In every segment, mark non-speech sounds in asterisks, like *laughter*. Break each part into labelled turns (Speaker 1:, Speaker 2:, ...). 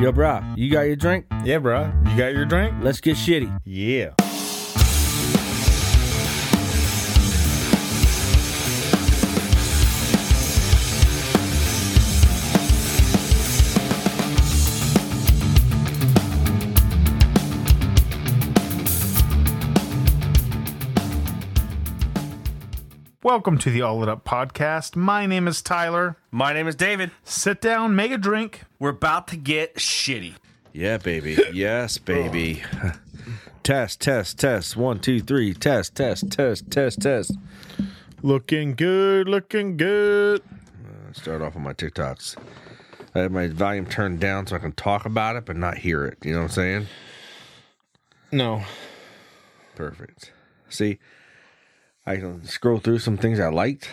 Speaker 1: Yo, brah, you got your drink?
Speaker 2: Yeah, bro. You got your drink?
Speaker 1: Let's get shitty.
Speaker 2: Yeah. Welcome to the All It Up podcast. My name is Tyler.
Speaker 3: My name is David.
Speaker 2: Sit down, make a drink.
Speaker 3: We're about to get shitty.
Speaker 1: Yeah, baby. Yes, baby. Oh. *laughs* test, test, test. One, two, three. Test, test, test, test, test.
Speaker 2: Looking good, looking good.
Speaker 1: Start off on my TikToks. I have my volume turned down so I can talk about it but not hear it. You know what I'm saying?
Speaker 2: No.
Speaker 1: Perfect. See, I can scroll through some things I liked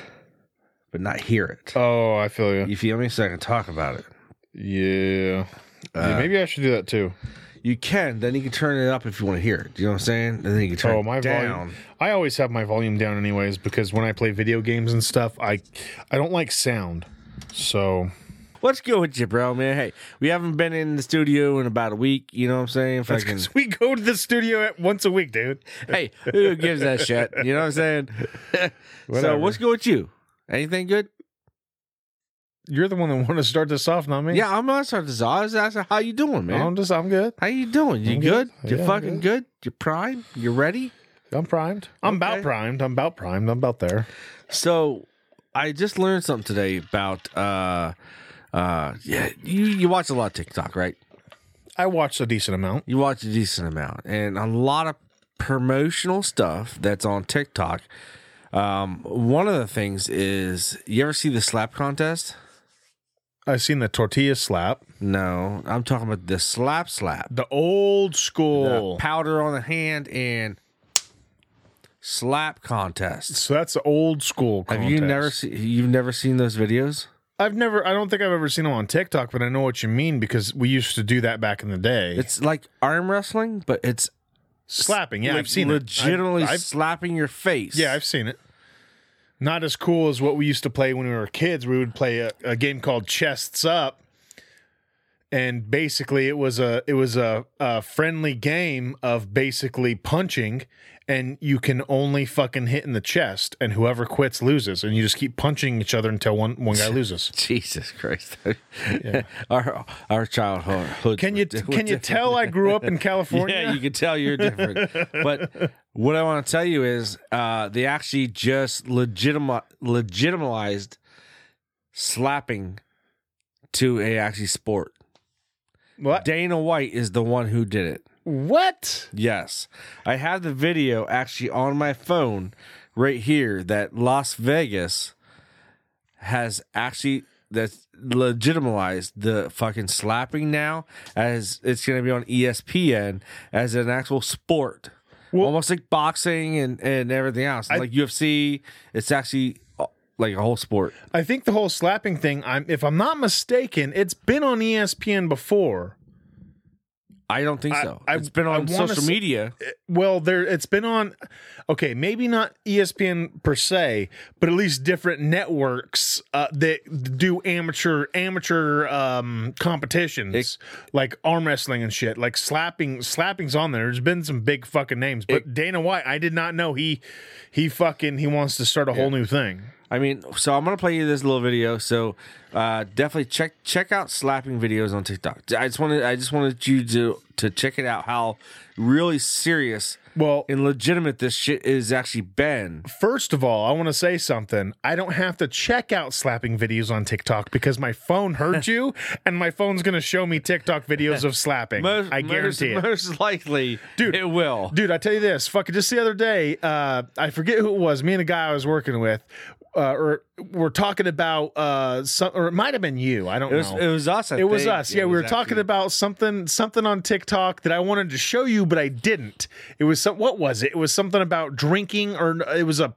Speaker 1: but not hear it.
Speaker 2: Oh, I feel you.
Speaker 1: You feel me? So I can talk about it.
Speaker 2: Yeah.
Speaker 1: Uh.
Speaker 2: yeah maybe I should do that too.
Speaker 1: You can, then you can turn it up if you want to hear it. You know what I'm saying? And then you can turn
Speaker 2: Oh, my
Speaker 1: it down.
Speaker 2: volume. I always have my volume down anyways because when I play video games and stuff, I I don't like sound. *laughs* So
Speaker 1: What's good with you, bro, man? Hey, we haven't been in the studio in about a week. You know what I'm saying?
Speaker 2: that's
Speaker 1: Fucking,
Speaker 2: 'cause we go to the studio at once a week, dude.
Speaker 1: hey, who gives that shit? You know what I'm
Speaker 2: *laughs*
Speaker 1: saying? so,
Speaker 2: Whatever.
Speaker 1: what's good with you? Anything good?
Speaker 2: You're the one that wanted to start this off, not me.
Speaker 1: Yeah, I'm gonna start this off. I was asking, how you doing, man?
Speaker 2: I'm just I'm good.
Speaker 1: how you doing? You
Speaker 2: I'm
Speaker 1: good?
Speaker 2: good.
Speaker 1: You
Speaker 2: Yeah, I'm
Speaker 1: fucking good. You prime? You ready?
Speaker 2: I'm primed. I'm
Speaker 1: Okay.
Speaker 2: about primed. I'm about primed. I'm about there.
Speaker 1: So, I just learned something today about uh, uh, yeah, you you watch a lot of TikTok, right?
Speaker 2: I watched a decent amount.
Speaker 1: you watch a decent amount and a lot of promotional stuff that's on TikTok. Um, one of the things is you ever see the slap contest?
Speaker 2: I seen the tortilla slap,
Speaker 1: No, I'm talking about the slap slap.
Speaker 2: the old
Speaker 1: The
Speaker 2: school.
Speaker 1: powder on the hand and slap contest.
Speaker 2: so that's the old school.
Speaker 1: Have you
Speaker 2: contest.
Speaker 1: never seen you've never seen those videos?
Speaker 2: I've never. I don't think I've ever seen them on TikTok, but I know what you mean because we used to do that back in the day.
Speaker 1: It's like arm wrestling, but it's
Speaker 2: slapping. Yeah,
Speaker 1: le-
Speaker 2: I've seen
Speaker 1: legitimately
Speaker 2: it. I've- I've-
Speaker 1: slapping your face. *laughs*
Speaker 2: yeah, I've seen it. Not as cool as what we used to play when we were kids. We would play a, a game called Chests Up, and basically it was a it was a, a friendly game of basically punching, and you can only fucking hit in the chest, and whoever quits loses, and you just keep punching each other until one one
Speaker 1: *laughs*
Speaker 2: guy loses.
Speaker 1: Jesus Christ. *laughs* our our childhood. *laughs*
Speaker 2: Can you can you tell I grew up in California?
Speaker 1: Yeah, you can tell you're different. but what I want to tell you is uh, they actually just legitima- legitimized slapping to a actually sport.
Speaker 2: what?
Speaker 1: Dana White is the one who did it.
Speaker 2: What?
Speaker 1: Yes. I have the video actually on my phone right here that Las Vegas has actually that's legitimized the fucking slapping now as it's going to be on E ESPN as an actual sport. Almost like boxing and, and everything else. like UFC, it's actually uh, like a whole sport.
Speaker 2: I think the whole slapping thing, I'm if I'm not mistaken, it's been on E ESPN before.
Speaker 1: I don't think
Speaker 2: I-
Speaker 1: so.
Speaker 2: I-
Speaker 1: it's been
Speaker 2: I
Speaker 1: on
Speaker 2: wanna
Speaker 1: social
Speaker 2: s-
Speaker 1: media.
Speaker 2: Well, there it's been on okay, maybe not E ESPN per se, but at least different networks uh, that do amateur amateur um competitions like arm wrestling and shit. Like slapping slapping's on there. There's been some big fucking names, but Dana White, I did not know he he fucking he wants to start a whole new thing.
Speaker 1: I mean, so I'm gonna play you this little video. So uh, definitely check check out slapping videos on TikTok. I just wanted I just wanted you to to check it out how really serious
Speaker 2: Well,
Speaker 1: and legitimate this shit is actually been.
Speaker 2: First of all, I want to say something. I don't have to check out slapping videos on TikTok because my
Speaker 1: *laughs*
Speaker 2: phone heard you, and my phone's going to show me TikTok videos of slapping.
Speaker 1: Most,
Speaker 2: I guarantee
Speaker 1: most,
Speaker 2: it.
Speaker 1: Most likely,
Speaker 2: Dude.
Speaker 1: it will.
Speaker 2: Dude, I tell you this, fucking just the other day, uh, I forget who it was. Me and a guy I was working with, uh, or we're talking about uh, some, or it might have been you. I don't
Speaker 1: It was,
Speaker 2: know.
Speaker 1: it was us. I
Speaker 2: It was
Speaker 1: think.
Speaker 2: us. Yeah,
Speaker 1: It
Speaker 2: we were
Speaker 1: was
Speaker 2: talking
Speaker 1: actually-
Speaker 2: about something something on TikTok that I wanted to show you, but I didn't. It was some, what was it? It was something about drinking, or it was a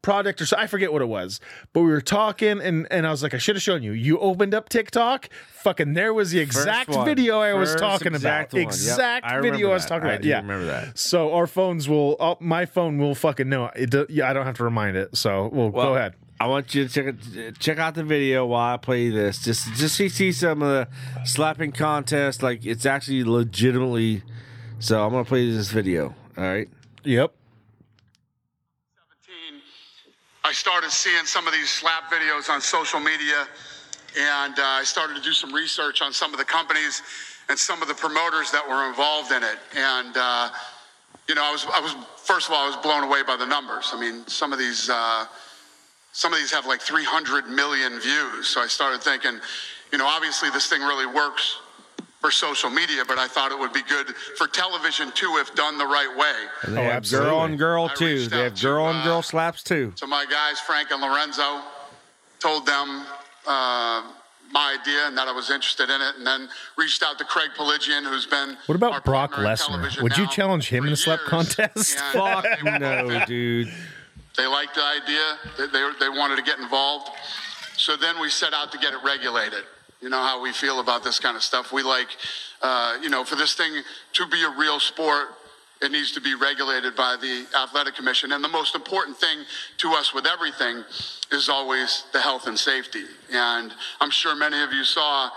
Speaker 2: product, or so I forget what it was. But we were talking, and and I was like, I should have shown you. You opened up TikTok, fucking. There was the
Speaker 1: First
Speaker 2: exact
Speaker 1: one.
Speaker 2: video I was
Speaker 1: First
Speaker 2: talking
Speaker 1: exact
Speaker 2: about.
Speaker 1: one. Yep.
Speaker 2: Exact
Speaker 1: I remember
Speaker 2: video I was
Speaker 1: that.
Speaker 2: talking
Speaker 1: I
Speaker 2: about.
Speaker 1: do
Speaker 2: yeah,
Speaker 1: remember that.
Speaker 2: So our phones will, uh, my phone will fucking know. It, do- yeah, I don't have to remind it. So, well,
Speaker 1: Well,
Speaker 2: go ahead.
Speaker 1: I want you to check it, check out the video while I play this. Just just to see some of the slapping contest. Like it's actually legitimately. So I'm gonna play this video. All right.
Speaker 2: Yep.
Speaker 4: 17, I started seeing some of these slap videos on social media, and uh, I started to do some research on some of the companies and some of the promoters that were involved in it. And uh, you know, I was, I was first of all, I was blown away by the numbers. I mean, some of these, uh, some of these have like 300 million views. So I started thinking, you know, obviously this thing really works for social media, but I thought it would be good for television too if done the right way.
Speaker 1: They
Speaker 2: Oh,
Speaker 1: have girl
Speaker 2: absolutely.
Speaker 1: on girl
Speaker 4: I
Speaker 1: too.
Speaker 4: reached
Speaker 1: They
Speaker 4: out
Speaker 1: have
Speaker 4: to,
Speaker 1: girl on
Speaker 4: uh,
Speaker 1: girl slaps
Speaker 4: *laughs*
Speaker 1: too.
Speaker 4: So my guys, Frank and Lorenzo, told them uh, my idea and that I was interested in it, and then reached out to Craig Peligian, who's been
Speaker 2: What about
Speaker 4: our
Speaker 2: Brock
Speaker 4: partner in
Speaker 2: Lesnar?
Speaker 4: television
Speaker 2: Would you
Speaker 4: now
Speaker 2: challenge him
Speaker 4: for
Speaker 2: in a slap
Speaker 4: years.
Speaker 2: contest?
Speaker 4: And
Speaker 1: Fuck no, dude.
Speaker 4: they liked the idea. They, they, they wanted to get involved. So then we set out to get it regulated. You know how we feel about this kind of stuff. We like, uh, you know, for this thing to be a real sport, it needs to be regulated by the athletic commission. And the most important thing to us with everything is always the health and safety. And I'm sure many of you saw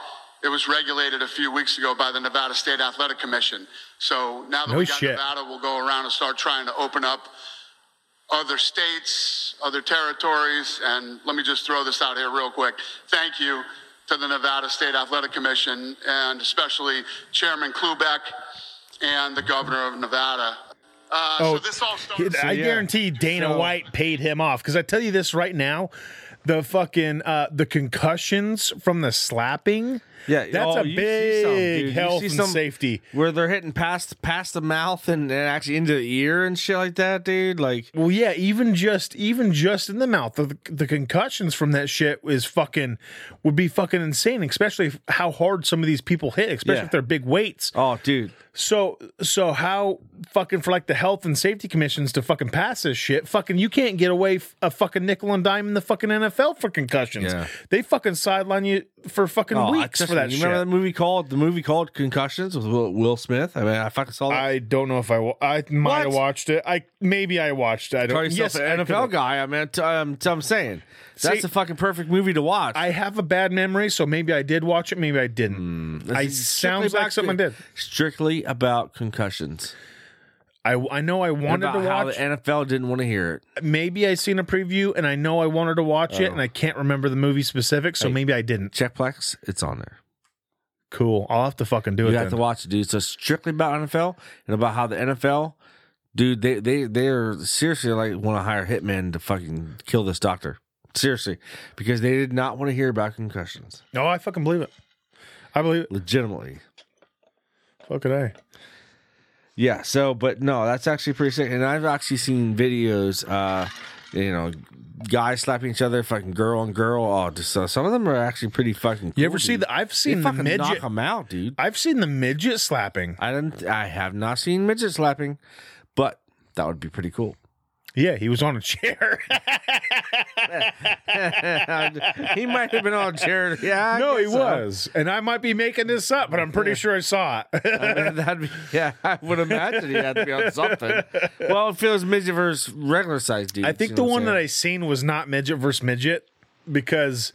Speaker 4: it was regulated a few weeks ago by the Nevada State Athletic Commission. So now that
Speaker 2: No
Speaker 4: we got
Speaker 2: shit.
Speaker 4: Nevada, we'll go around and start trying to open up other states, other territories, and let me just throw this out here real quick. Thank you to the Nevada State Athletic Commission and especially Chairman Klubeck and the governor of Nevada. Uh,
Speaker 2: Oh,
Speaker 4: so this all
Speaker 2: He-
Speaker 4: started.
Speaker 2: I
Speaker 1: yeah.
Speaker 2: guarantee Dana
Speaker 1: So-
Speaker 2: White paid him off because I tell you this right now, the fucking uh, the concussions from the slapping.
Speaker 1: Yeah,
Speaker 2: that's
Speaker 1: oh,
Speaker 2: a
Speaker 1: you see
Speaker 2: big
Speaker 1: some, dude. You
Speaker 2: health
Speaker 1: see
Speaker 2: and
Speaker 1: some
Speaker 2: safety.
Speaker 1: where they're hitting past past the mouth and, and actually into the ear and shit like that, dude. Like
Speaker 2: Well, yeah, even just even just in the mouth, the, the concussions from that shit is fucking would be fucking insane, especially if- how hard some of these people hit, especially
Speaker 1: Yeah.
Speaker 2: if they're big weights.
Speaker 1: oh, dude.
Speaker 2: So so how fucking for like the health and safety commissions to fucking pass this shit? Fucking you can't get away f- a fucking nickel and dime in the fucking NFL for concussions.
Speaker 1: Yeah.
Speaker 2: They fucking sideline you for fucking
Speaker 1: Oh, I-
Speaker 2: weeks
Speaker 1: trust
Speaker 2: for
Speaker 1: me,
Speaker 2: that
Speaker 1: you
Speaker 2: shit.
Speaker 1: remember that movie called the movie called Concussions with Will, Will Smith? I mean, I fucking saw that.
Speaker 2: I don't know if I wa- I might have
Speaker 1: What?
Speaker 2: watched it. I maybe I watched it. I
Speaker 1: Call
Speaker 2: don't.
Speaker 1: yourself
Speaker 2: Yes,
Speaker 1: an
Speaker 2: I
Speaker 1: NFL
Speaker 2: could've-
Speaker 1: guy. I mean, t- um, t- I'm saying that's
Speaker 2: See-
Speaker 1: a fucking perfect movie to watch.
Speaker 2: I have a bad memory, so maybe I did watch it. Maybe I didn't. I
Speaker 1: It's Hmm, strictly
Speaker 2: sounds like
Speaker 1: about
Speaker 2: something I
Speaker 1: con-
Speaker 2: did.
Speaker 1: Strictly about concussions.
Speaker 2: I I know I
Speaker 1: And
Speaker 2: wanted
Speaker 1: about
Speaker 2: to
Speaker 1: how
Speaker 2: watch.
Speaker 1: the NFL didn't want to hear it.
Speaker 2: maybe I seen a preview, and I know I wanted to watch
Speaker 1: Oh.
Speaker 2: it, and I can't remember the movie specific, so maybe I didn't.
Speaker 1: Checkplex, it's on there.
Speaker 2: Cool. I'll have to fucking do it.
Speaker 1: You
Speaker 2: then.
Speaker 1: have to watch it, dude. So strictly about NFL and about how the NFL, dude, they they they are seriously like want to hire hitmen to fucking kill this doctor. Seriously, because they did not want to hear about concussions.
Speaker 2: No, I fucking believe it. I believe it.
Speaker 1: Legitimately.
Speaker 2: Fucking A.
Speaker 1: Yeah. So, but no, that's actually pretty sick. And I've actually seen videos, uh, you know, guys slapping each other, fucking girl on girl. Oh, just uh, some of them are actually pretty fucking.
Speaker 2: You
Speaker 1: cool,
Speaker 2: ever see
Speaker 1: dude.
Speaker 2: the? I've
Speaker 1: They
Speaker 2: seen the
Speaker 1: fucking knock
Speaker 2: midget.
Speaker 1: them out, dude.
Speaker 2: I've seen the midget slapping.
Speaker 1: I didn't. I have not seen midget slapping, but that would be pretty cool.
Speaker 2: Yeah, he was on a chair. *laughs*
Speaker 1: he might have been on chair. Yeah. I
Speaker 2: no, he
Speaker 1: guess so.
Speaker 2: was, and I might be making this up, but I'm pretty sure *laughs* I saw
Speaker 1: *laughs*
Speaker 2: it.
Speaker 1: That'd be, yeah, I would imagine he had to be on something. Well, if it was midget versus regular size dude.
Speaker 2: I think the one that I seen was not midget versus midget because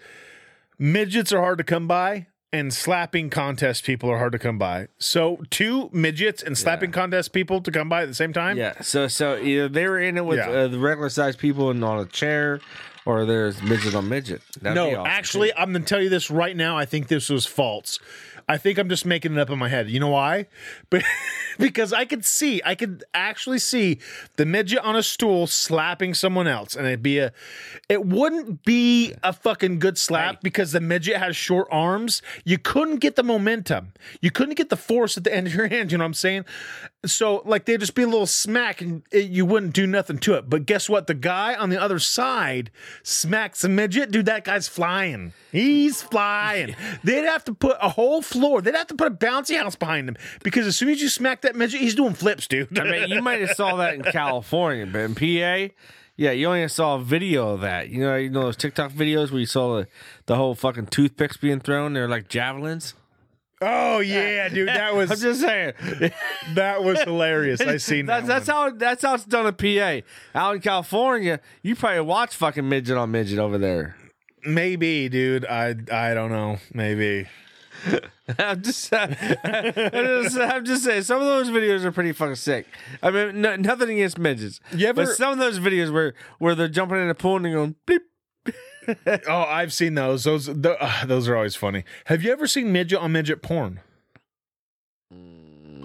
Speaker 2: midgets are hard to come by and slapping contest people are hard to come by. So two midgets and slapping contest people to come by at the same time.
Speaker 1: Yeah, so so either they were in it with
Speaker 2: Yeah.
Speaker 1: uh, the regular sized people and on a chair, or there's midget on midget. That'd be
Speaker 2: No,
Speaker 1: awesome,
Speaker 2: actually, I'm going to tell you this right now. I think this was false. I think I'm just making it up in my head. You know why? *laughs* But because I could see, I could actually see the midget on a stool slapping someone else, and it'd be a, it wouldn't be a fucking good slap because the midget has short arms. You couldn't get the momentum. You couldn't get the force at the end of your hand. You know what I'm saying? So like they'd just be a little smack and it, you wouldn't do nothing to it. But guess what? The guy on the other side smacks a midget. Dude, that guy's flying. He's flying. They'd have to put a whole floor. They'd have to put a bouncy house behind him because as soon as you smack that midget, he's doing flips, dude.
Speaker 1: I mean, you might have saw that in California, but in PA, yeah, you only saw a video of that. You know, you know those TikTok videos where you saw the, the whole fucking toothpicks being thrown. They're like javelins.
Speaker 2: *laughs* Oh yeah, dude, that was
Speaker 1: I'm just saying.
Speaker 2: that was hilarious. I seen
Speaker 1: that's,
Speaker 2: that.
Speaker 1: that's
Speaker 2: one.
Speaker 1: how that's how it's done in PA. Out in California, you probably watch fucking midget on midget over there. *laughs*
Speaker 2: maybe, dude. I I don't know. Maybe.
Speaker 1: I'm just, I'm just, I'm just saying, some of those videos are pretty fucking sick. I mean, no, nothing against midgets,
Speaker 2: You ever-
Speaker 1: but some of those videos where where they're jumping in a pool and they're going bleep.
Speaker 2: Oh, I've seen those. Those the, uh, those are always funny. Have you ever seen midget on midget porn?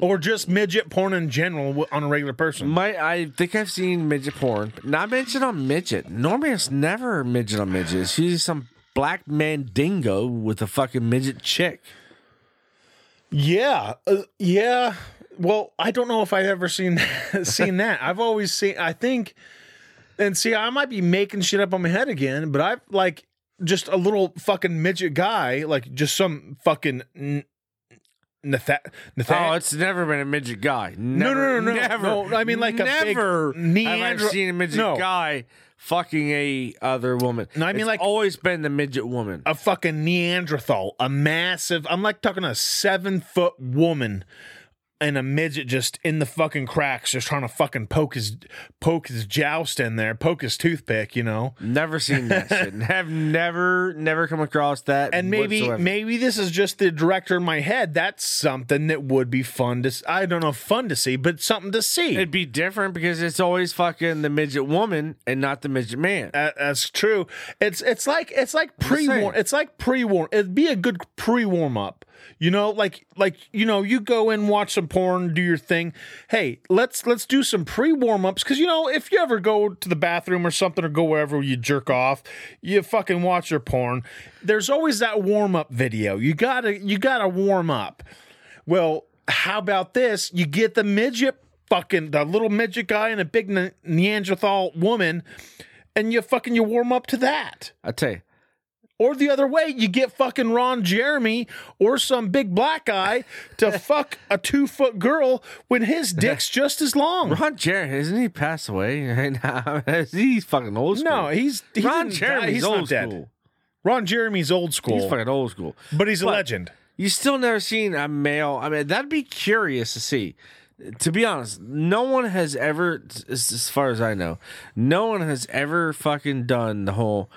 Speaker 2: Or just midget porn in general w- on a regular person?
Speaker 1: My, I think I've seen midget porn, but not midget on midget. Normally, it's never midget on midget. It's usually some black man dingo with a fucking midget chick.
Speaker 2: Yeah, uh, yeah. Well, I don't know if I've ever seen *laughs* seen that. I've always seen. I think, and see, I might be making shit up on my head again, but I've like just a little fucking midget guy, like just some fucking. N- Natha- Nathan-
Speaker 1: Oh, it's never been a midget guy.
Speaker 2: No,
Speaker 1: Never,
Speaker 2: no, no, no,
Speaker 1: never.
Speaker 2: no. I mean, like a big
Speaker 1: never have I
Speaker 2: Neandro-
Speaker 1: seen a midget
Speaker 2: No.
Speaker 1: guy fucking a other woman.
Speaker 2: No, I mean,
Speaker 1: It's
Speaker 2: like-
Speaker 1: always been the midget woman.
Speaker 2: a fucking Neanderthal, a massive. I'm like talking a seven foot woman and a midget just in the fucking cracks, just trying to fucking poke his poke his joust in there, poke his toothpick, you know.
Speaker 1: Never seen
Speaker 2: *laughs*
Speaker 1: that shit. Have never, never come across that.
Speaker 2: And maybe
Speaker 1: whatsoever.
Speaker 2: maybe this is just the director in my head. That's something that would be fun to. s- I don't know, if fun to see, but something to see.
Speaker 1: it'd be different because it's always fucking the midget woman and not the midget man.
Speaker 2: That- that's true. It's it's like it's like pre
Speaker 1: saying.
Speaker 2: warm. It's like pre warm. It'd be a good pre warm up. You know, like like you know, you go in, watch some porn, do your thing. Hey, let's let's do some pre warm ups because you know if you ever go to the bathroom or something or go wherever you jerk off, you fucking watch your porn. There's always that warm up video. You gotta you gotta warm up. Well, how about this? You get the midget fucking the little midget guy and a big Ne- Neanderthal woman and you fucking you warm up to that.
Speaker 1: I tell you,
Speaker 2: Or the other way, you get fucking Ron Jeremy or some big black guy to *laughs* fuck a two foot girl when
Speaker 1: *laughs*
Speaker 2: his dick's just as long.
Speaker 1: Ron Jeremy isn't he passed away right now? *laughs* he's fucking old school.
Speaker 2: No, he's, he
Speaker 1: Ron
Speaker 2: didn't die.
Speaker 1: Jeremy's
Speaker 2: he's
Speaker 1: old
Speaker 2: not dead.
Speaker 1: school.
Speaker 2: Ron Jeremy's old school,
Speaker 1: He's fucking old school.
Speaker 2: but he's a
Speaker 1: but-
Speaker 2: legend.
Speaker 1: You still never seen a male. I mean, that'd be curious to see. To be honest, no one has ever, as as far as I know, no one has ever fucking done the whole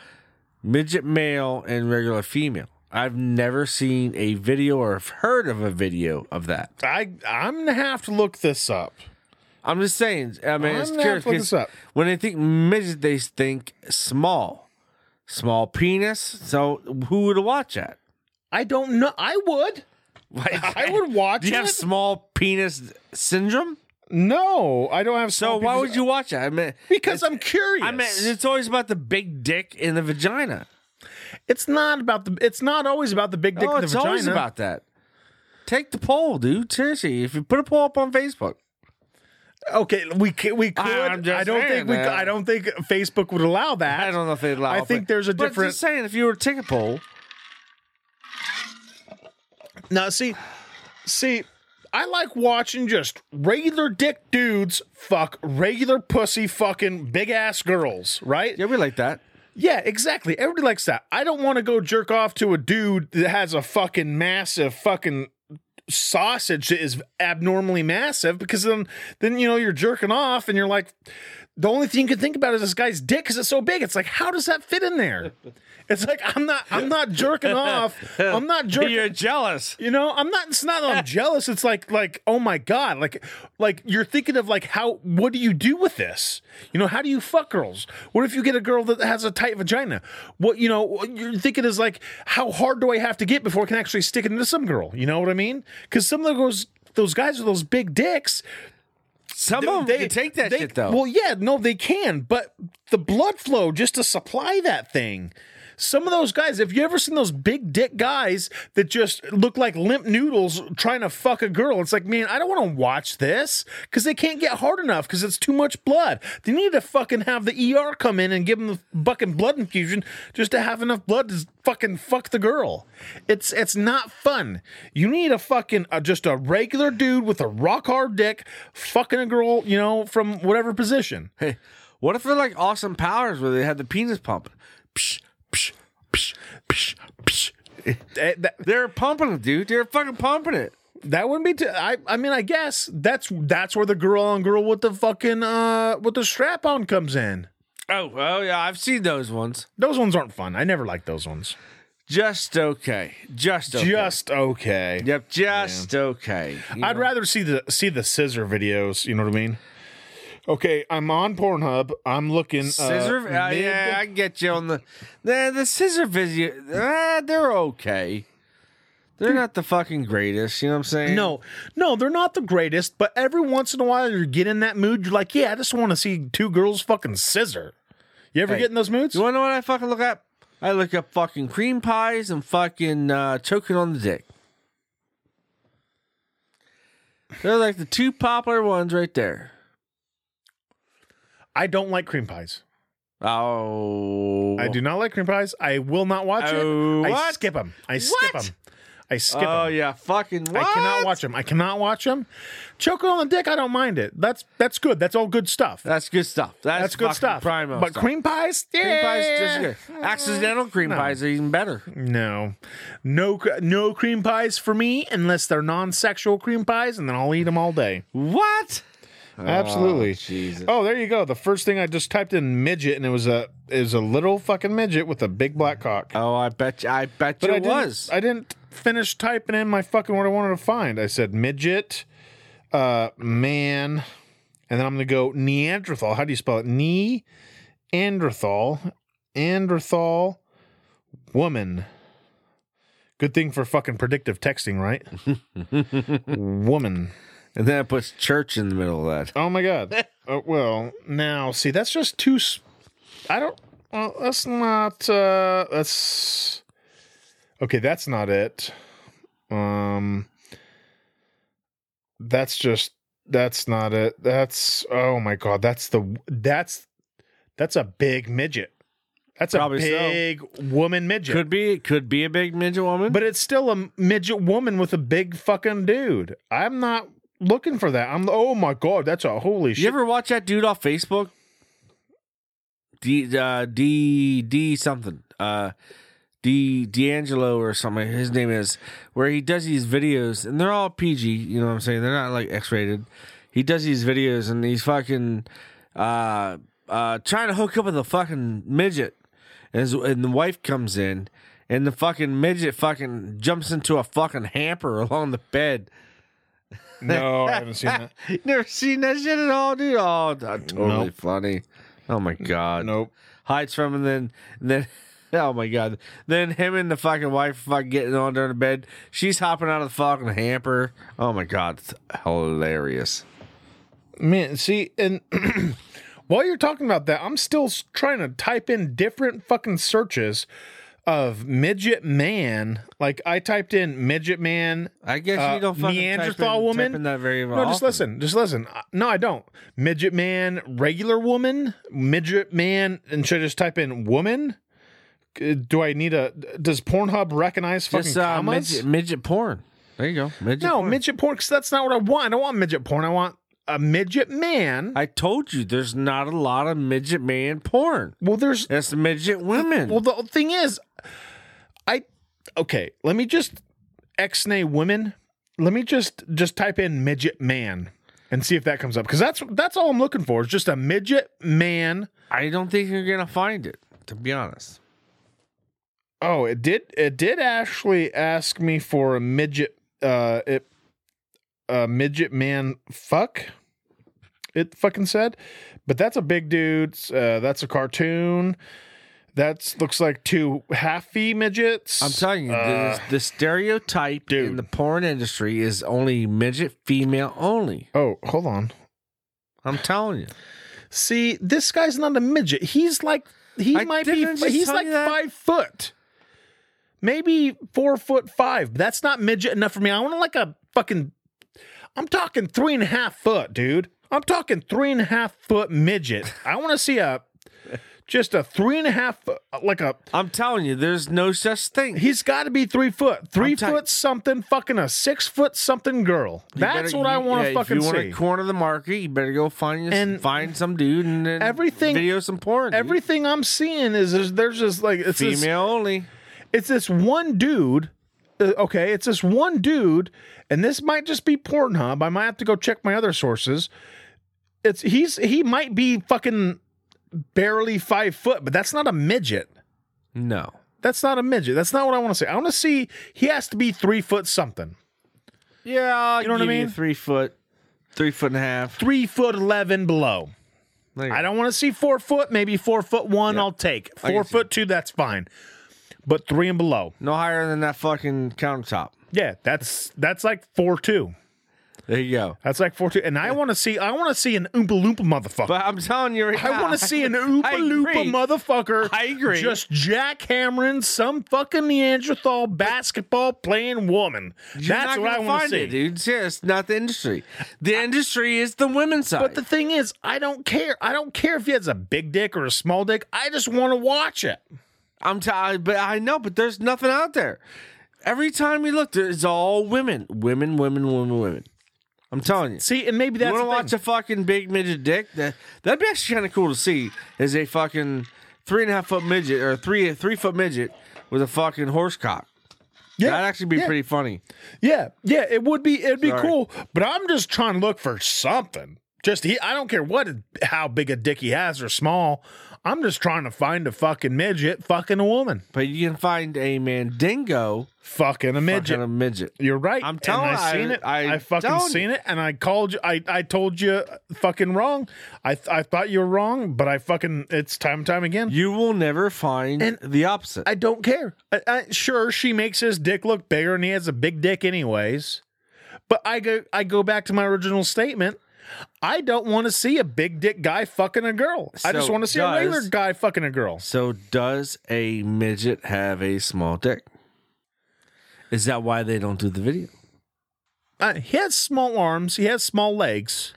Speaker 1: midget male and regular female. I've never seen a video or have heard of a video of that.
Speaker 2: I I'm gonna have to look this up.
Speaker 1: I'm just saying. I mean,
Speaker 2: I'm
Speaker 1: it's curious.
Speaker 2: gonna have to look
Speaker 1: 'cause
Speaker 2: this up.
Speaker 1: When they think midget, they think small, small penis. So who would watch that? *laughs*
Speaker 2: I don't know. I would. I would watch
Speaker 1: Do you have
Speaker 2: it.
Speaker 1: small penis syndrome?
Speaker 2: no, I don't have.
Speaker 1: So
Speaker 2: small
Speaker 1: why
Speaker 2: penises.
Speaker 1: would you watch it? I mean,
Speaker 2: Because I'm curious.
Speaker 1: I mean, it's always about the big dick in the vagina.
Speaker 2: it's not about the. It's not always about the big dick.
Speaker 1: oh,
Speaker 2: and the
Speaker 1: it's
Speaker 2: vagina.
Speaker 1: always about that. Take the poll, dude. Seriously, if you put a poll up on Facebook,
Speaker 2: Okay, we c- we could.
Speaker 1: I'm just
Speaker 2: I don't
Speaker 1: saying,
Speaker 2: think we. c-
Speaker 1: man.
Speaker 2: I don't think Facebook would allow that.
Speaker 1: I don't know if they allow.
Speaker 2: I
Speaker 1: it,
Speaker 2: think
Speaker 1: but-
Speaker 2: there's a
Speaker 1: but
Speaker 2: different-
Speaker 1: Just saying, if you were to take a poll,
Speaker 2: Now see, see, I like watching just regular dick dudes fuck regular pussy fucking big ass girls, right?
Speaker 1: yeah, we like that.
Speaker 2: Yeah, exactly. Everybody likes that. I don't want to go jerk off to a dude that has a fucking massive fucking sausage that is abnormally massive because then then you know you're jerking off and you're like the only thing you can think about is this guy's dick because it's so big it's like how does that fit in there it's like i'm not i'm not jerking off i'm not jerking
Speaker 1: You're jealous.
Speaker 2: you know, I'm not. It's not. that I'm jealous. It's like, like, oh my god, like, like you're thinking of like how. What do you do with this? You know, how do you fuck girls? What if you get a girl that has a tight vagina? What you know, what you're thinking is like, how hard do I have to get before I can actually stick it into some girl? You know what I mean? Because some of those those guys with those big dicks,
Speaker 1: Some of them can take that
Speaker 2: they-
Speaker 1: shit though.
Speaker 2: Well, yeah, no, they can, but the blood flow just to supply that thing. Some of those guys, if you ever seen those big dick guys that just look like limp noodles trying to fuck a girl, it's like, man, I don't want to watch this because they can't get hard enough because it's too much blood. They need to fucking have the ER come in and give them the fucking blood infusion just to have enough blood to fucking fuck the girl. It's it's not fun. You need a fucking uh, just a regular dude with a rock hard dick fucking a girl, you know, from whatever position.
Speaker 1: hey, *laughs* what if they're like awesome powers where they had the penis pump? Psh, psh, psh, psh, psh,
Speaker 2: That, that-
Speaker 1: They're pumping it, dude. They're fucking pumping it.
Speaker 2: that wouldn't be. Too, I I mean, I guess that's that's where the girl on girl with the fucking uh with the strap on comes in.
Speaker 1: Oh, oh yeah, I've seen those ones.
Speaker 2: Those ones aren't fun. I never liked those ones.
Speaker 1: Just okay. Just Uh, okay.
Speaker 2: Just okay.
Speaker 1: Yep, just okay. You
Speaker 2: I'd
Speaker 1: know?
Speaker 2: rather see the see the scissor videos. You know what I mean? Okay, I'm on Pornhub. I'm looking. uh,
Speaker 1: scissor. uh,
Speaker 2: mid-
Speaker 1: yeah, I get you on the the, the scissor video. Uh, they're okay. They're not the fucking greatest. You know what I'm saying?
Speaker 2: No, no, they're not the greatest, but every once in a while you get in that mood. You're like, yeah, I just want to see two girls fucking scissor. You ever
Speaker 1: Hey,
Speaker 2: get in those moods?
Speaker 1: You want to know what I fucking look up? I look up fucking cream pies and fucking uh, choking on the dick. They're like the two popular ones right there.
Speaker 2: I don't like cream pies.
Speaker 1: Oh,
Speaker 2: I do not like cream pies. I will not watch
Speaker 1: Oh,
Speaker 2: it. I
Speaker 1: what?
Speaker 2: skip them. I skip them. I skip
Speaker 1: Oh
Speaker 2: them.
Speaker 1: yeah, fucking. What?
Speaker 2: I cannot watch them. I cannot watch them. Choking on the dick, I don't mind it. That's that's good. That's all good stuff. That's,
Speaker 1: That's good stuff. That's,
Speaker 2: good
Speaker 1: fucking
Speaker 2: stuff.
Speaker 1: Primo
Speaker 2: but
Speaker 1: stuff.
Speaker 2: cream pies,
Speaker 1: cream pies
Speaker 2: yeah.
Speaker 1: are just good. Accidental cream pies are even better.
Speaker 2: No, no, cr- no cream pies for me unless they're non-sexual cream pies, and then I'll eat them all day.
Speaker 1: What?
Speaker 2: Absolutely.
Speaker 1: Jesus.
Speaker 2: Oh, there you go. The first thing I just typed in midget, and it was a it was a little fucking midget with a big black cock.
Speaker 1: Oh, I bet you. I bet
Speaker 2: But
Speaker 1: you
Speaker 2: I
Speaker 1: it
Speaker 2: didn't,
Speaker 1: was.
Speaker 2: I didn't finish typing in my fucking what I wanted to find. I said midget, uh, man, and then I'm gonna go Neanderthal. How do you spell it? Neanderthal, Neanderthal, woman. Good thing for fucking predictive texting, right? woman.
Speaker 1: and then it puts church in the middle of that.
Speaker 2: Oh my god. uh, well, now see, that's just too. s I don't. Well, that's not. Uh, that's okay. That's not it. Um, that's just. That's not it. That's. Oh my god. That's the. That's. That's a big midget. That's
Speaker 1: Probably
Speaker 2: a
Speaker 1: so.
Speaker 2: big woman midget.
Speaker 1: Could be. It could be a big midget woman.
Speaker 2: But it's still a midget woman with a big fucking dude. I'm not looking for that. I'm. Oh my god. That's a holy shit.
Speaker 1: you ever watch that dude off Facebook? D uh, D D something. Uh, D D'Angelo or something. His name is where he does these videos, and they're all PG. You know what I'm saying? They're not like X rated. He does these videos, and he's fucking uh uh trying to hook up with a fucking midget, and, his, and the wife comes in. And the fucking midget fucking jumps into a fucking hamper *laughs* along the bed.
Speaker 2: No, I haven't
Speaker 1: *laughs*
Speaker 2: seen that.
Speaker 1: You Never seen that shit at all, dude. Oh, that's totally
Speaker 2: Nope.
Speaker 1: funny. Oh my god.
Speaker 2: Nope.
Speaker 1: Hides from him and then and then *laughs* oh my god. Then him and the fucking wife fucking getting on during the bed. She's hopping out of the fucking hamper. Oh my god, it's hilarious.
Speaker 2: Man, see, and *clears throat* while you're talking about that, I'm still s- trying to type in different fucking searches of midget man. Like I typed in midget man.
Speaker 1: I guess
Speaker 2: uh,
Speaker 1: you don't fucking
Speaker 2: Neanderthal
Speaker 1: type in,
Speaker 2: woman.
Speaker 1: Type in that very
Speaker 2: no, just listen. Just listen. Uh, No, I don't. Midget man, regular woman, midget man, and should I just type in woman? Uh, Do I need a? Does Pornhub recognize fucking
Speaker 1: Just uh,
Speaker 2: commas?
Speaker 1: midget, midget porn. There you go. Midget
Speaker 2: no,
Speaker 1: porn.
Speaker 2: midget porn. Because that's not what I want. I don't want midget porn. I want a midget man.
Speaker 1: I told you there's not a lot of midget man porn.
Speaker 2: well, there's
Speaker 1: It's midget women.
Speaker 2: Well, the thing is, I okay. Let me just xnay women. Let me just just type in midget man and see if that comes up because that's that's all I'm looking for is just a midget man.
Speaker 1: I don't think you're gonna find it, to be honest.
Speaker 2: Oh, it did it did actually ask me for a midget uh it a midget man fuck. It fucking said, but that's a big dude. Uh, that's a cartoon. That's looks like two halfy midgets.
Speaker 1: I'm telling you,
Speaker 2: Uh,
Speaker 1: the, the stereotype in
Speaker 2: dude.
Speaker 1: the porn industry is only midget female only.
Speaker 2: Oh, hold on.
Speaker 1: I'm telling you.
Speaker 2: See, this guy's not a midget. He's like he
Speaker 1: I
Speaker 2: might be.
Speaker 1: didn't just
Speaker 2: He's
Speaker 1: tell
Speaker 2: like
Speaker 1: you that.
Speaker 2: five foot, maybe four foot five. but That's not midget enough for me. I want like a fucking. I'm talking three and a half foot, dude. I'm talking three and a half foot midget. I want to see a just a three and a half foot, like a.
Speaker 1: I'm telling you, there's no such thing.
Speaker 2: He's got to be three foot, three
Speaker 1: tell-
Speaker 2: foot something, fucking a six foot something girl.
Speaker 1: You
Speaker 2: That's
Speaker 1: better-
Speaker 2: what I
Speaker 1: you-
Speaker 2: want
Speaker 1: yeah,
Speaker 2: to fucking
Speaker 1: If you
Speaker 2: see.
Speaker 1: want to corner the market, you better go find
Speaker 2: And
Speaker 1: and find some dude and then
Speaker 2: everything-
Speaker 1: video some porn. dude.
Speaker 2: Everything I'm seeing is, is there's just like it's this-
Speaker 1: female only.
Speaker 2: It's this one dude. uh, okay, it's this one dude, and this might just be Pornhub. I might have to go check my other sources. It's he's he might be fucking barely five foot, but that's not a midget.
Speaker 1: No.
Speaker 2: That's not a midget. That's not what I want to say. I want to see he has to be three foot something.
Speaker 1: Yeah, I'll
Speaker 2: know what I
Speaker 1: give you
Speaker 2: mean?
Speaker 1: three foot, three foot and a half.
Speaker 2: Three foot eleven below.
Speaker 1: Like,
Speaker 2: I don't want to see four foot, maybe four foot one, I'll take.
Speaker 1: can
Speaker 2: Four
Speaker 1: see
Speaker 2: foot two, that's fine. But three and below.
Speaker 1: no higher than that fucking countertop.
Speaker 2: Yeah, that's that's like four two.
Speaker 1: There you go.
Speaker 2: That's like four two. And I want to see I want to see an oompa loompa motherfucker.
Speaker 1: But I'm telling you, right
Speaker 2: I
Speaker 1: now,
Speaker 2: want
Speaker 1: *laughs*
Speaker 2: to see an
Speaker 1: I
Speaker 2: oompa loompa
Speaker 1: agree.
Speaker 2: motherfucker.
Speaker 1: I agree.
Speaker 2: Just jackhammering some fucking Neanderthal basketball playing woman.
Speaker 1: You're
Speaker 2: that's
Speaker 1: not
Speaker 2: what I
Speaker 1: gonna
Speaker 2: want to
Speaker 1: find
Speaker 2: see.
Speaker 1: it, dude. Serious, not the industry. The industry is the women's side.
Speaker 2: But the thing is, I don't care. I don't care if he has a big dick or a small dick. I just want to watch it.
Speaker 1: I'm tired, but I know, but there's nothing out there. Every time we look, there's all women, women, women, women, women. I'm telling you.
Speaker 2: See, and maybe
Speaker 1: You
Speaker 2: that's
Speaker 1: want to
Speaker 2: the
Speaker 1: watch
Speaker 2: thing.
Speaker 1: a fucking big midget dick? That that'd be actually kind of cool to see. Is a fucking three and a half foot midget or three three foot midget with a fucking horse cock?
Speaker 2: yeah,
Speaker 1: That'd actually be
Speaker 2: yeah,
Speaker 1: pretty funny.
Speaker 2: Yeah, yeah, it would be. It'd be
Speaker 1: Sorry.
Speaker 2: cool. But I'm just trying to look for something. Just he, I don't care what how big a dick he has or small. I'm just trying to find a fucking midget, fucking a woman,
Speaker 1: But you can find a mandingo
Speaker 2: fucking a midget.
Speaker 1: fucking a midget.
Speaker 2: You're right.
Speaker 1: I'm
Speaker 2: and
Speaker 1: telling-
Speaker 2: I seen
Speaker 1: I-
Speaker 2: it. I,
Speaker 1: I
Speaker 2: fucking
Speaker 1: don't-
Speaker 2: seen it, and I called you. I, I told you fucking wrong. I th- I thought you were wrong, but I fucking it's time and time again.
Speaker 1: You will never find
Speaker 2: And
Speaker 1: the opposite.
Speaker 2: I don't care. I, I, sure, she makes his dick look bigger, and he has a big dick, anyways. But I go, I go back to my original statement. I don't want to see a big dick guy fucking a girl. I just
Speaker 1: So
Speaker 2: want to see a
Speaker 1: does-
Speaker 2: regular guy fucking a girl.
Speaker 1: So does a midget have a small dick? Is that why they don't do the video?
Speaker 2: Uh, he has small arms. He has small legs.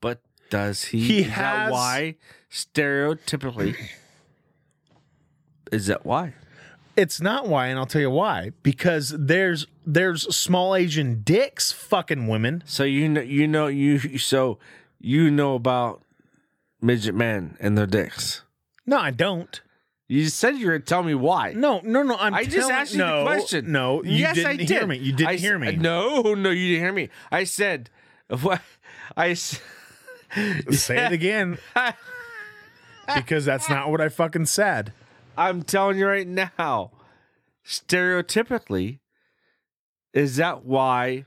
Speaker 1: But does he?
Speaker 2: He
Speaker 1: is that
Speaker 2: has-
Speaker 1: why stereotypically? is that why?
Speaker 2: It's not why, and I'll tell you why. Because there's there's small Asian dicks fucking women.
Speaker 1: So you know, you know, you so you know about midget men and their dicks.
Speaker 2: No, I don't.
Speaker 1: You said you were gonna tell me why.
Speaker 2: No, no, no. I'm
Speaker 1: I just
Speaker 2: telling-
Speaker 1: asked you
Speaker 2: no,
Speaker 1: the question.
Speaker 2: No, you
Speaker 1: yes,
Speaker 2: didn't
Speaker 1: I did.
Speaker 2: hear me. You didn't
Speaker 1: I s-
Speaker 2: hear me.
Speaker 1: No, no, you didn't hear me. I said, *laughs* what? I. s-
Speaker 2: Say it again. because that's not what I fucking said.
Speaker 1: I'm telling you right now, stereotypically, is that why?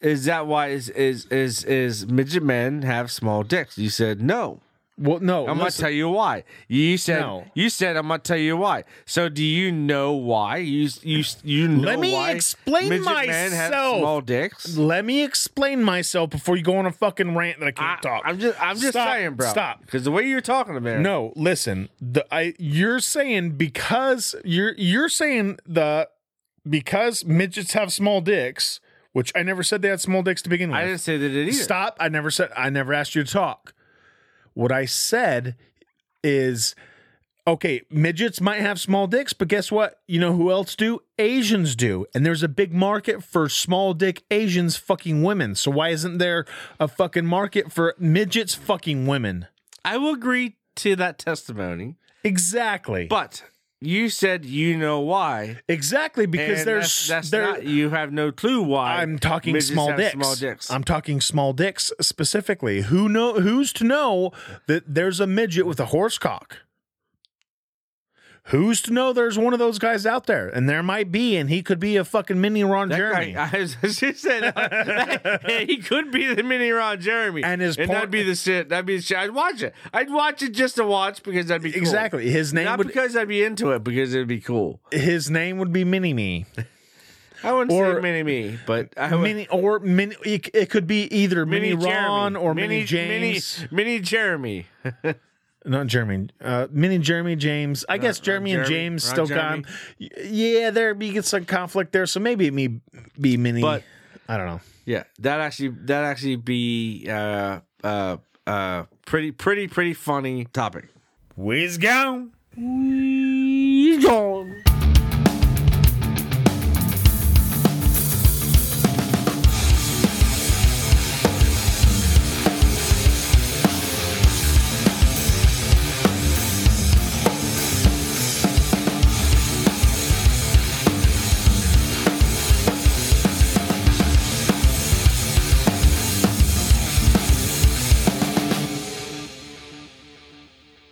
Speaker 1: Is that why is is is is midget men have small dicks? You said no.
Speaker 2: Well, no.
Speaker 1: I'm
Speaker 2: listen,
Speaker 1: gonna tell you why. You said
Speaker 2: No.
Speaker 1: you said I'm gonna tell you why. So do you know why? You you you know
Speaker 2: Let me
Speaker 1: why
Speaker 2: explain
Speaker 1: midget men have
Speaker 2: myself.
Speaker 1: small dicks.
Speaker 2: let me explain myself before you go on a fucking rant that I can't
Speaker 1: I,
Speaker 2: talk.
Speaker 1: am just I'm just
Speaker 2: Stop,
Speaker 1: saying, bro.
Speaker 2: Stop.
Speaker 1: Because the way you're talking about it,
Speaker 2: No, listen. The I you're saying because you're you're saying the because midgets have small dicks, which I never said they had small dicks to begin with.
Speaker 1: I didn't say that it either.
Speaker 2: Stop. I never said I never asked you to talk. What I said is okay, midgets might have small dicks, but guess what? You know who else do? Asians do. And there's a big market for small dick Asians fucking women. So why isn't there a fucking market for midgets fucking women?
Speaker 1: I will agree to that testimony.
Speaker 2: Exactly.
Speaker 1: But you said you know why.
Speaker 2: exactly because
Speaker 1: and
Speaker 2: there's
Speaker 1: that's, that's
Speaker 2: there-
Speaker 1: not, you have no clue why.
Speaker 2: I'm talking
Speaker 1: midgets
Speaker 2: small
Speaker 1: have
Speaker 2: dicks.
Speaker 1: Small dicks.
Speaker 2: I'm talking small dicks specifically. Who know who's to know that there's a midget with a horse cock? Who's to know there's one of those guys out there? And there might be, and he could be a fucking mini Ron
Speaker 1: That *laughs*
Speaker 2: Jeremy.
Speaker 1: guy- I was- I just said *laughs* uh, that- he could be the mini Ron Jeremy,
Speaker 2: And his
Speaker 1: and
Speaker 2: porn-
Speaker 1: that'd be the shit. That'd be the shit. I'd watch it. I'd watch it just to watch because that'd be cool.
Speaker 2: exactly. His name
Speaker 1: Not
Speaker 2: would
Speaker 1: because I'd be into it, because it'd be cool.
Speaker 2: his name would be Mini Me.
Speaker 1: I wouldn't
Speaker 2: Or-
Speaker 1: say mini me, but I would,
Speaker 2: Mini or mini it, it could be either Mini, Ron
Speaker 1: Jeremy.
Speaker 2: or Mini,
Speaker 1: mini,
Speaker 2: James.
Speaker 1: mini Jeremy.
Speaker 2: not Jeremy. Uh, Mini Jeremy James. I guess Jeremy, and
Speaker 1: Jeremy.
Speaker 2: James
Speaker 1: Ron
Speaker 2: still
Speaker 1: Jeremy.
Speaker 2: gone. Y- Yeah, there be get some conflict there, so maybe it may be Mini.
Speaker 1: But-
Speaker 2: I don't know.
Speaker 1: Yeah, that actually that actually be uh uh uh pretty pretty pretty funny topic.
Speaker 2: Whiz gone.
Speaker 1: He's gone.